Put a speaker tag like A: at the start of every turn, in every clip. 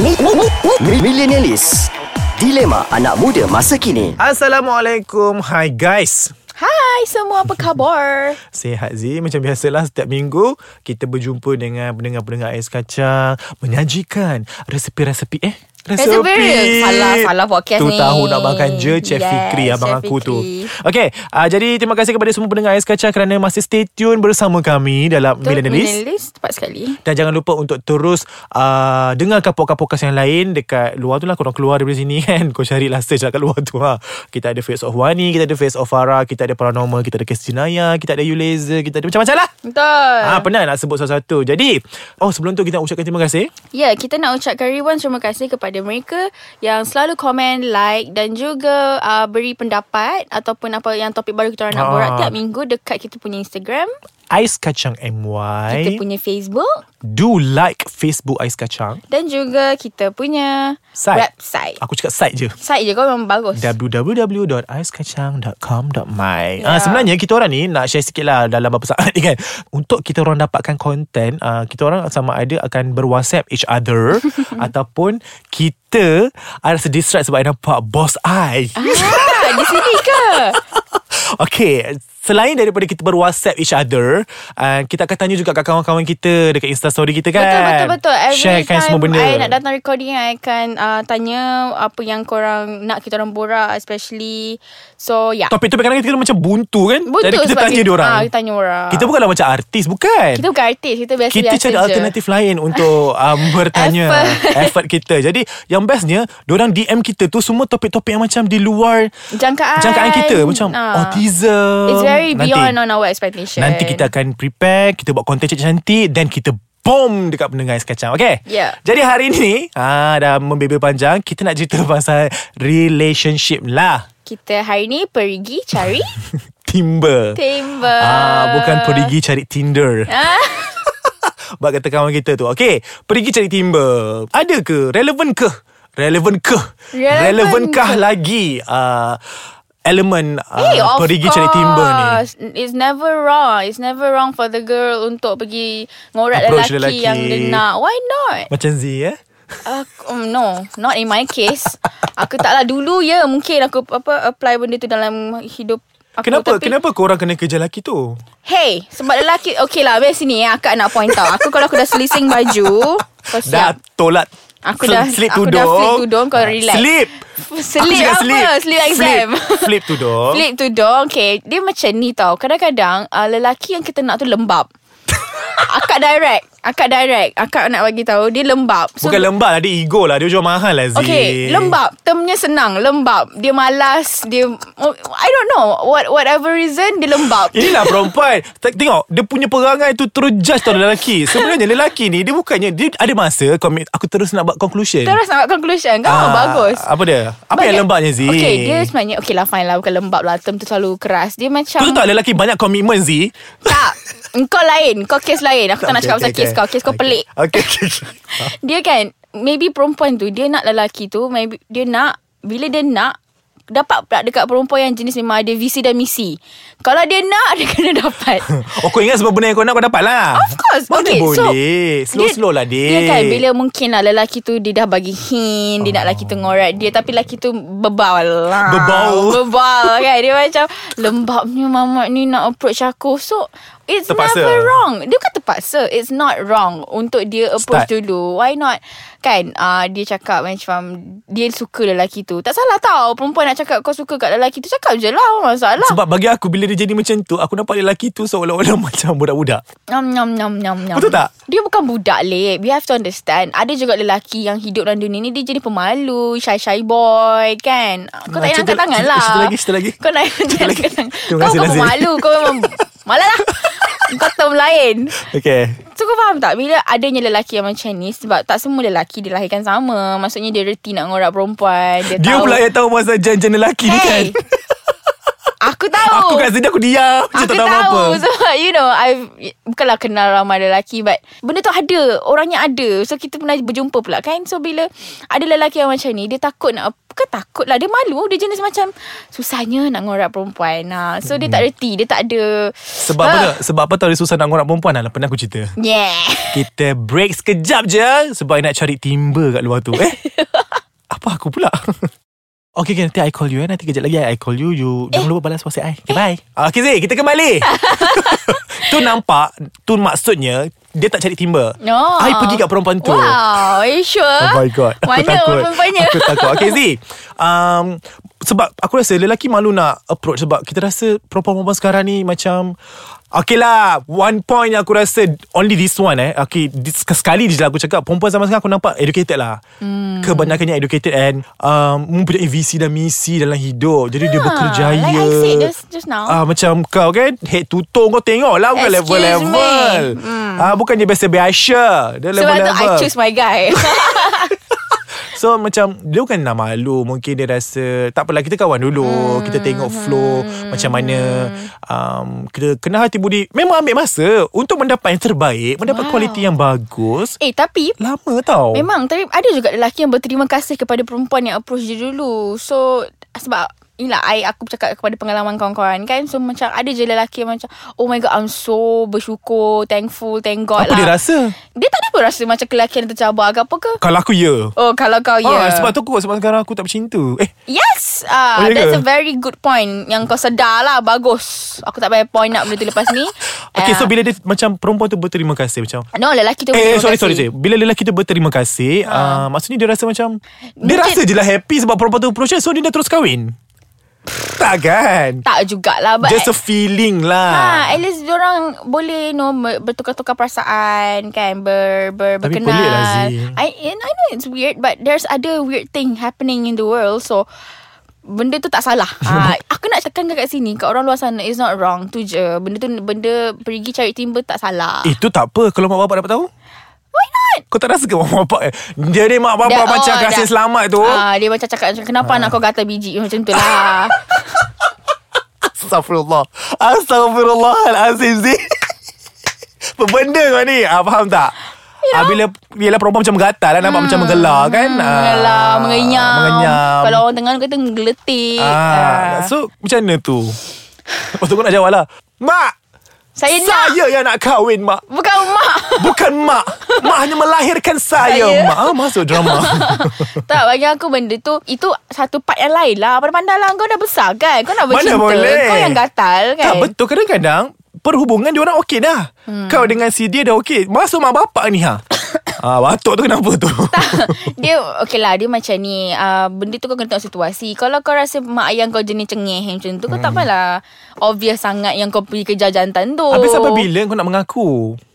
A: Mi- mi- mi- mi- Millenialis Dilema anak muda masa kini
B: Assalamualaikum Hai guys
C: Hai semua apa khabar?
B: Sehat Zee Macam biasalah setiap minggu Kita berjumpa dengan pendengar-pendengar Ais Kacang Menyajikan resepi-resepi eh Resepi
C: Salah, salah podcast
B: tu
C: ni.
B: tahu nak makan je Chef
C: Yes,
B: Fikri Abang
C: Chef
B: aku tu
C: Fikri.
B: Okay uh, Jadi terima kasih kepada semua pendengar Ais Kacang Kerana masih stay tune bersama kami Dalam Millennialist
C: Millennialist Tepat sekali
B: Dan jangan lupa untuk terus uh, Dengar kapok-kapok yang lain Dekat luar tu lah Korang keluar daripada sini kan Kau carilah search lah kat luar tu ha. Kita ada Face of Wani Kita ada Face of Farah Kita ada Paranormal Kita ada Kes Jenayah Kita ada You Laser Kita ada macam-macam lah
C: Betul
B: Ah, ha, penat nak sebut satu-satu Jadi Oh sebelum tu kita nak ucapkan terima kasih
C: Ya, kita nak ucapkan ribuan terima kasih kepada mereka yang selalu komen, like dan juga uh, beri pendapat ataupun apa yang topik baru kita orang nak
B: Ah.
C: borak tiap minggu dekat kita punya Instagram,
B: Ais Kacang
C: kita
B: MY
C: punya Facebook
B: Do like Facebook Ais Kacang
C: dan juga kita punya
B: Site.
C: website.
B: Aku cakap site je
C: Site je kau memang bagus.
B: www.aiskacang.com.my yeah.
C: Ya.
B: uh, Sebenarnya kita orang ni Nak share sikit lah Dalam beberapa saat ni kan Untuk kita orang dapatkan konten uh, Kita orang sama ada Akan berwhatsapp each other Ataupun Kita Ada distract sebab I nampak Bos I
C: ah, di sini ke?
B: Okay Selain daripada kita berwhatsapp each other uh, Kita akan tanya juga Kat kawan-kawan kita Dekat instastory kita kan
C: Betul betul betul. Every
B: Sharekan
C: time
B: semua benda
C: I nak datang recording I akan uh, tanya apa yang korang nak kita orang borak especially. So yeah.
B: Topik-topik kadang-kadang kita macam buntu kan
C: Betul
B: Jadi kita
C: sebab
B: tanya dia orang
C: Ah, kita tanya orang.
B: Kita bukanlah macam artis Bukan
C: kita bukan artis, kita biasa
B: kita
C: biasa
B: cari
C: je.
B: alternatif lain untuk um, bertanya effort.
C: Effort.
B: kita. Jadi yang bestnya, orang DM kita tu semua topik-topik yang macam di luar
C: Jangkaan.
B: jangkaan kita macam
C: Ah.
B: autism.
C: It's very
B: Nanti-
C: beyond on our expectation.
B: Nanti kita akan prepare Kita buat konten cantik-cantik Then kita bom dekat pendengar Ais Kacang Okay
C: Ya.
B: Jadi hari ni ha, Dah membebel panjang Kita nak cerita pasal Relationship lah
C: kita hari ni pergi cari
B: Timber
C: timber.
B: Ah, bukan pergi cari Tinder. Bak kata kawan kita tu. Okay, pergi cari timber. Ada ke? Relevan ke? Relevan ke?
C: Relevan
B: Relevankah
C: ke?
B: lagi uh, elemen uh,
C: Hey, Eh, of
B: pergi
C: course.
B: cari timber ni?
C: It's never wrong It's never wrong for the girl Untuk pergi Ngorak
B: Approach
C: lelaki,
B: lelaki.
C: Yang dia nak Why not?
B: Macam Z eh?
C: Aku, um, no Not in my case Aku taklah dulu ya Mungkin aku apa Apply benda tu dalam hidup aku
B: Kenapa?
C: Tapi,
B: Kenapa korang kena kerja lelaki tu?
C: Hey Sebab lelaki Okay lah Biar sini ya Akak nak point out Aku kalau aku dah selising baju Kau
B: Dah
C: siap
B: tolak
C: Aku
B: sel-
C: dah-
B: slip
C: aku
B: tudung.
C: dah flip tudung, kau
B: Ah,
C: relax.
B: Slip. Aku
C: Slip
B: cakap
C: apa? Slip, slip exam
B: Flip, flip tudung.
C: Flip tu dong Okay Dia macam ni tau Kadang-kadang uh, Lelaki yang kita nak tu lembab Akak direct Akak direct Akak nak bagi tahu Dia lembab
B: Bukan lembab lah Dia ego lah Dia jual mahal lah Z
C: Okay, lembab. Termnya senang, lembab. Dia malas, dia oh, I don't know. What whatever reason dia lembab.
B: Inilah perempuan T- Tengok Dia punya perangai tu Terus judge tau lelaki Sebenarnya lelaki ni Dia bukannya Dia ada masa komit, Aku terus nak buat conclusion
C: Terus nak buat conclusion Kau
B: Ah,
C: bagus
B: Apa dia Apa
C: But
B: yang
C: dia-
B: lembabnya Z
C: Okay dia sebenarnya Okay lah fine lah Bukan lembab lah Term tu selalu keras Dia macam
B: Kau tahu tak lelaki banyak komitmen Z
C: Tak Kau lain Kau kes lain Aku tak nak cakap pasal kes kau Kes kau pelik
B: Okay, okay, okay.
C: Dia kan Maybe perempuan tu Dia nak lelaki tu maybe Dia nak Bila dia nak Dapat pula dekat perempuan yang jenis memang ada visi dan misi Kalau dia nak Dia kena dapat
B: Oh kau ingat sebab benda yang kau nak Kau dapat lah
C: Of course
B: Mana
C: okay,
B: boleh
C: so,
B: Slow-slow lah
C: dia
B: dia
C: Dia kan bila mungkin lah Lelaki tu dia dah bagi
B: Ah.
C: hint Dia nak lelaki tu ngorat dia Tapi lelaki tu bebal lah
B: Bebau.
C: Bebal kan Dia macam Lembabnya mamat ni nak approach aku So It's
B: Terpaksa.
C: never wrong Dia bukan terpaksa It's not wrong Untuk dia approach
B: Start.
C: dulu Why not Kan uh, Dia cakap macam Dia suka lelaki tu Tak salah tau Perempuan nak cakap Kau suka kat lelaki tu Cakap je lah apa Masalah
B: Sebab bagi aku Bila dia jadi macam tu Aku nampak dia lelaki tu Seolah-olah macam budak-budak
C: Nyam nyam nyam nyam nyam
B: Betul tak?
C: Dia bukan budak lek You have to understand Ada juga lelaki yang hidup dalam dunia ni Dia jadi pemalu Shy-shy boy Kan Kau tak
B: Nah,
C: payah
B: cerita-
C: angkat tangan
B: cerita-
C: lah
B: cerita lagi, cerita lagi.
C: Kau nak
B: Cerita lagi.
C: angkat tangan
B: Terima
C: Kau
B: kasih,
C: kau
B: Nazir.
C: pemalu Kau memang Malah lah Kau term lain
B: Okay
C: So kau faham tak Bila adanya lelaki yang macam ni Sebab tak semua lelaki Dilahirkan sama Maksudnya dia reti nak ngorak perempuan Dia,
B: Dia
C: tahu
B: pula yang tahu Pasal jen-jen lelaki ni kan
C: Hey Aku tahu
B: Aku kat sini aku diam Macam
C: Aku
B: tak tahu apa
C: Sebab you know I've Bukanlah kenal ramai lelaki But Benda tu ada Orangnya ada So kita pernah berjumpa pula kan So bila Ada lelaki yang macam ni Dia takut nak bukan takut lah. Dia malu. Dia jenis macam susahnya nak ngorak perempuan. Ha. So, dia tak reti. Dia tak
B: Hmm.
C: ada... ah,
B: Sebab apa tak? Sebab apa tahu dia susah nak ngorak perempuan lah Pernah aku cerita
C: Yeah.
B: Kita break sekejap je Sebab nak cari timba kat luar tu Eh Apa aku pula Okay, okay, nanti I call you eh. Nanti kejap lagi I, I call you. You eh. jangan lupa balas WhatsApp I. Okay, bye. Ah, Okay, Zee, kita kembali. tu nampak, tu maksudnya dia tak cari timba.
C: No.
B: I pergi kat perempuan tu.
C: Wow. Are you sure?
B: Oh my god Aku
C: Mana
B: takut
C: perempuannya?
B: Aku takut Okay Zee um, Sebab aku rasa Lelaki malu nak approach Sebab kita rasa Perempuan-perempuan sekarang ni Macam Okay lah One point yang aku rasa Only this one eh Okay this, Sekali je lah aku cakap Perempuan zaman sekarang Aku nampak educated lah hmm. Kebanyakannya educated And um, Mempunyai visi dan misi Dalam hidup Jadi dia
C: Ah,
B: berkerjaya
C: like I said just- just now.
B: Ah, Macam kau kan Head to toe Kau tengok lah Bukan
C: Excuse
B: level-level
C: me. Hmm.
B: Ah, Bukannya biasa-biasa Dia
C: Sebab
B: level-level
C: tu I choose my guy.
B: So macam Dia bukan nak malu Mungkin dia rasa Tak apalah kita kawan
C: Hmm,
B: dulu Kita tengok flow Macam mana um, Kita kena hati budi Memang ambil masa Untuk mendapat yang terbaik Mendapat
C: Wow.
B: kualiti yang bagus
C: eh, tapi
B: Lama tau
C: Memang Tapi ada juga lelaki yang berterima kasih Kepada perempuan yang approach dia dulu So Sebab Inilah I, aku cakap kepada pengalaman kawan-kawan kan So macam ada je lelaki yang macam Oh my god I'm so bersyukur Thankful Thank God
B: Apa
C: lah
B: dia rasa
C: Dia tak ada pun rasa macam lelaki yang tercabar ke apa ke
B: Kalau aku ya
C: Oh kalau kau ya
B: ah, Sebab tu aku Sebab sekarang aku tak bercinta Eh
C: Yes ah,
B: Oh, ya
C: That's
B: ke?
C: a very good point Yang kau sedar lah Bagus Aku tak payah point nak benda tu lepas ni
B: Okay
C: Ah,
B: so bila dia Macam perempuan tu berterima kasih Macam
C: No lelaki
B: Eh,
C: tu
B: eh
C: berterima
B: sorry, sorry, sorry.
C: kasih.
B: Bila lelaki tu berterima kasih, ha. uh, maksudnya dia rasa macam... Dia
C: Mungkin-
B: rasa je lah happy sebab perempuan tu approach dia, so dia dah terus kahwin. tak kan?
C: Tak jugalah but
B: Just a feeling lah
C: Ha, at least diorang boleh no ber- bertukar-tukar perasaan kan ber, ber
B: Tapi
C: berkenal.
B: pelik lah, Zee.
C: I and I know it's weird but there's other weird thing happening in the world so benda tu tak salah. ha, aku nak tekan kat sini kat orang luar sana it's not wrong tu je. Benda tu benda pergi cari timba tak salah.
B: Itu Eh, tak apa Kalau mak bapak dapat tahu
C: Why not?
B: Kau tak rasa ke mak bapak eh? Dia ni mak bapak
C: Dah-
B: dah, macam
C: oh,
B: kasih
C: dah.
B: selamat tu Ah. uh.
C: Ah, dia macam cakap macam kenapa anak kau gatal biji macam tu
B: Ah.
C: lah.
B: Astagfirullah Astagfirullahalazim Zee Benda kau ni ah, Faham tak? Ah, bila Bila perempuan macam gatal lah Nampak macam menggelar kan ah,
C: Mengelah, Hmm. mengenyam.
B: Mengenyam
C: Kalau orang tengah kata geletik.
B: ah,
C: Ah.
B: So macam mana tu? Lepas tu kau nak jawab lah Mak
C: saya nak.
B: Saya yang nak kahwin mak
C: Bukan mak.
B: Bukan mak Mak hanya melahirkan saya,
C: Saya.
B: Mak ah, Masuk drama
C: Tak bagi aku benda tu Itu satu part yang lain lah Pandai-pandai lah Kau dah besar kan Kau nak
B: Mana
C: bercinta
B: boleh
C: Kau yang gatal kan
B: Tak betul kadang-kadang Perhubungan dia orang okey dah hmm. Kau dengan si dia dah okey Masuk mak bapak ni ha Ah, batuk tu kenapa tu?
C: Dia okay lah Dia macam ni uh, Benda tu kau kena tengok situasi Kalau kau rasa Mak ayah kau jenis cengih Macam tu Kau tak
B: Hmm.
C: payahlah Obvious sangat Yang kau pergi kerja jantan tu
B: Habis sampai bila kau nak mengaku?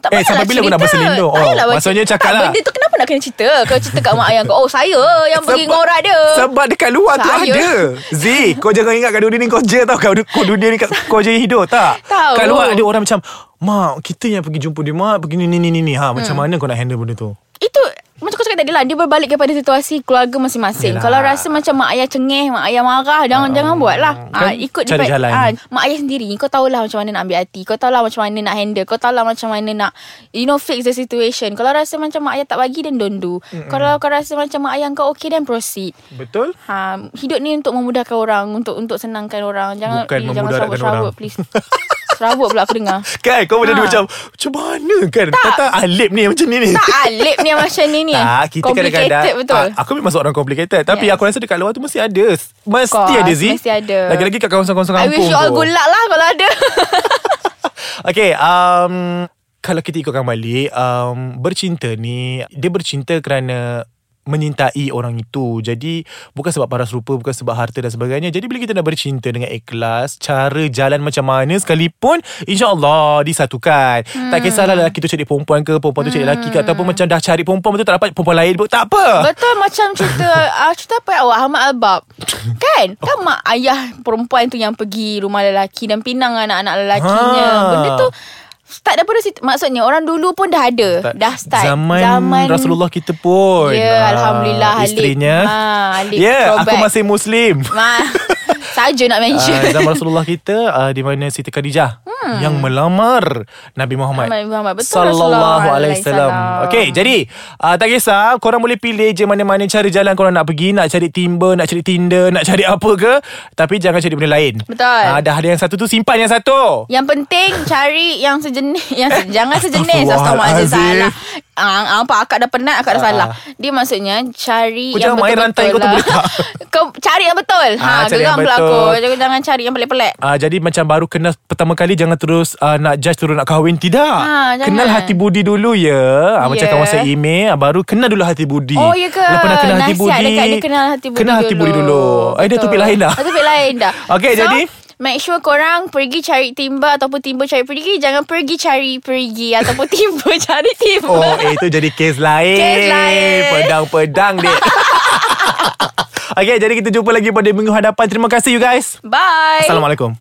C: tak
B: eh, sampai
C: payahlah
B: bila kau nak
C: cerita.
B: berselindung? Oh,
C: Tak payahlah buat
B: maksudnya
C: cerita.
B: cakap
C: tak,
B: lah.
C: Benda tu kenapa nak kena cerita Kau cerita kat mak ayah kau Oh saya yang pergi
B: Sebab-
C: ngorak dia
B: Sebab dekat luar tu
C: Saya.
B: ada Z Kau jangan ingat kat dunia ni kau je tau Kau, kau dunia ni kat- kau je yang hidup tak
C: Tahu.
B: Kat luar ada orang macam Mak kita yang pergi jumpa dia Mak pergi ni ni ni ni, ni ha,
C: Hmm.
B: Macam mana kau nak handle benda tu
C: Itu Macam aku cakap tadi lah Dia berbalik kepada situasi Keluarga masing-masing
B: Yelah.
C: Kalau rasa macam Mak ayah cengih Mak ayah marah Jangan jangan buat lah
B: Kan
C: ha, Ikut
B: cari
C: depend-
B: jalan.
C: Mak ayah sendiri Kau tahulah macam mana nak ambil hati Kau tahulah macam mana nak handle Kau tahulah macam mana nak You know fix the situation Kalau rasa macam Mak ayah tak bagi Then don't do Kalau kau rasa macam Mak ayah kau okay Then proceed
B: Betul
C: ha, Hidup ni untuk memudahkan orang Untuk untuk senangkan orang Jangan
B: Bukan
C: eh, jangan
B: memudaratkan
C: serabut-serabut
B: orang.
C: please Serabut pula aku dengar
B: Kan kau benda ha.
C: Ha.
B: macam Macam mana kan tak. Kata Alip ni macam ni ni
C: Tak Alip ni yang macam ni ni
B: Tak, kita kadang-kadang
C: Complicated betul
B: Ah, Aku memang seorang complicated Tapi
C: Yes.
B: aku rasa dekat luar tu mesti ada Mesti
C: course,
B: ada Z
C: mesti ada.
B: Lagi-lagi kat kawasan-kawasan
C: I
B: kampung
C: wish you all
B: tu.
C: good luck lah Kalau ada
B: Okay um, Kalau kita ikutkan balik um, Bercinta ni Dia bercinta kerana Menyintai orang itu Jadi Bukan sebab paras rupa Bukan sebab harta dan sebagainya Jadi bila kita dah bercinta dengan ikhlas Cara jalan macam mana sekalipun InsyaAllah disatukan hmm. Tak kisahlah lelaki tu cari perempuan ke Perempuan tu cari lelaki ke Ataupun macam dah cari perempuan Betul tak dapat perempuan lain pun Tak apa
C: Hmm. Betul macam cerita uh, Cerita apa awak Ahmad Albab Kan Kan mak ayah perempuan tu Yang pergi rumah lelaki Dan pinang anak-anak lelakinya
B: Ha.
C: ha. Benda tu Start daripada situ Maksudnya orang dulu pun dah ada
B: Tak.
C: Dah start
B: Zaman, Rasulullah kita pun
C: Ya,
B: Ah,
C: Alhamdulillah, Alif.
B: Isterinya
C: Ah, Alif,
B: Ya yeah, aku
C: throwback.
B: masih Muslim
C: Ma, Saja nak
B: uh,
C: mention
B: Ah, zaman Rasulullah kita uh, di mana ah, Siti Khadijah. Hmm. yang melamar Nabi Muhammad.
C: Nabi Muhammad. Betul,
B: Sallallahu
C: Rasulullah
B: alaihi wasallam.
C: alaihi wasallam.
B: Okey, jadi uh, tak kisah korang boleh pilih je mana-mana cara jalan korang nak pergi, nak cari timba, nak cari Tinder, nak cari apa ke, tapi jangan cari benda lain.
C: Betul.
B: Ah, dah ada yang satu tu simpan yang satu.
C: Yang penting cari yang sejenis yang se, jangan sejenis
B: Astaghfirullahalazim.
C: Astaghfirullahalazim salah. Ah uh, apa akak dah penat akak dah salah. Dia maksudnya
B: Ah,
C: cari
B: Kau
C: yang
B: jangan main rantai kau tu
C: betul-betul lah.
B: boleh tak?
C: kau cari yang betul. Ha
B: Ah, cari yang
C: geram pula
B: betul.
C: aku. Jangan jangan cari yang pelik-pelik.
B: Uh, jadi macam baru kenal pertama kali jangan terus uh, nak judge terus nak kahwin tidak.
C: Ah, jangan.
B: kenal hati budi dulu ya. Uh, Macam
C: Ya.
B: kawan saya email ah, baru kenal dulu hati budi.
C: Oh ya ke?
B: Kalau pernah kenal hati
C: Nasihat
B: budi.
C: dekat dia kenal hati budi
B: Kenal hati budi dulu. Eh dia
C: Betul.
B: topik lain dah.
C: Dah topik lain dah.
B: Okey,
C: so,
B: jadi?
C: Make sure korang pergi cari timba ataupun timba cari pergi. Jangan pergi cari pergi ataupun timba cari timba.
B: Oh eh, itu jadi kes lain
C: Kes lain.
B: Pedang-pedang dek Okay jadi kita jumpa lagi pada minggu hadapan Terima kasih you guys
C: Bye.
B: Assalamualaikum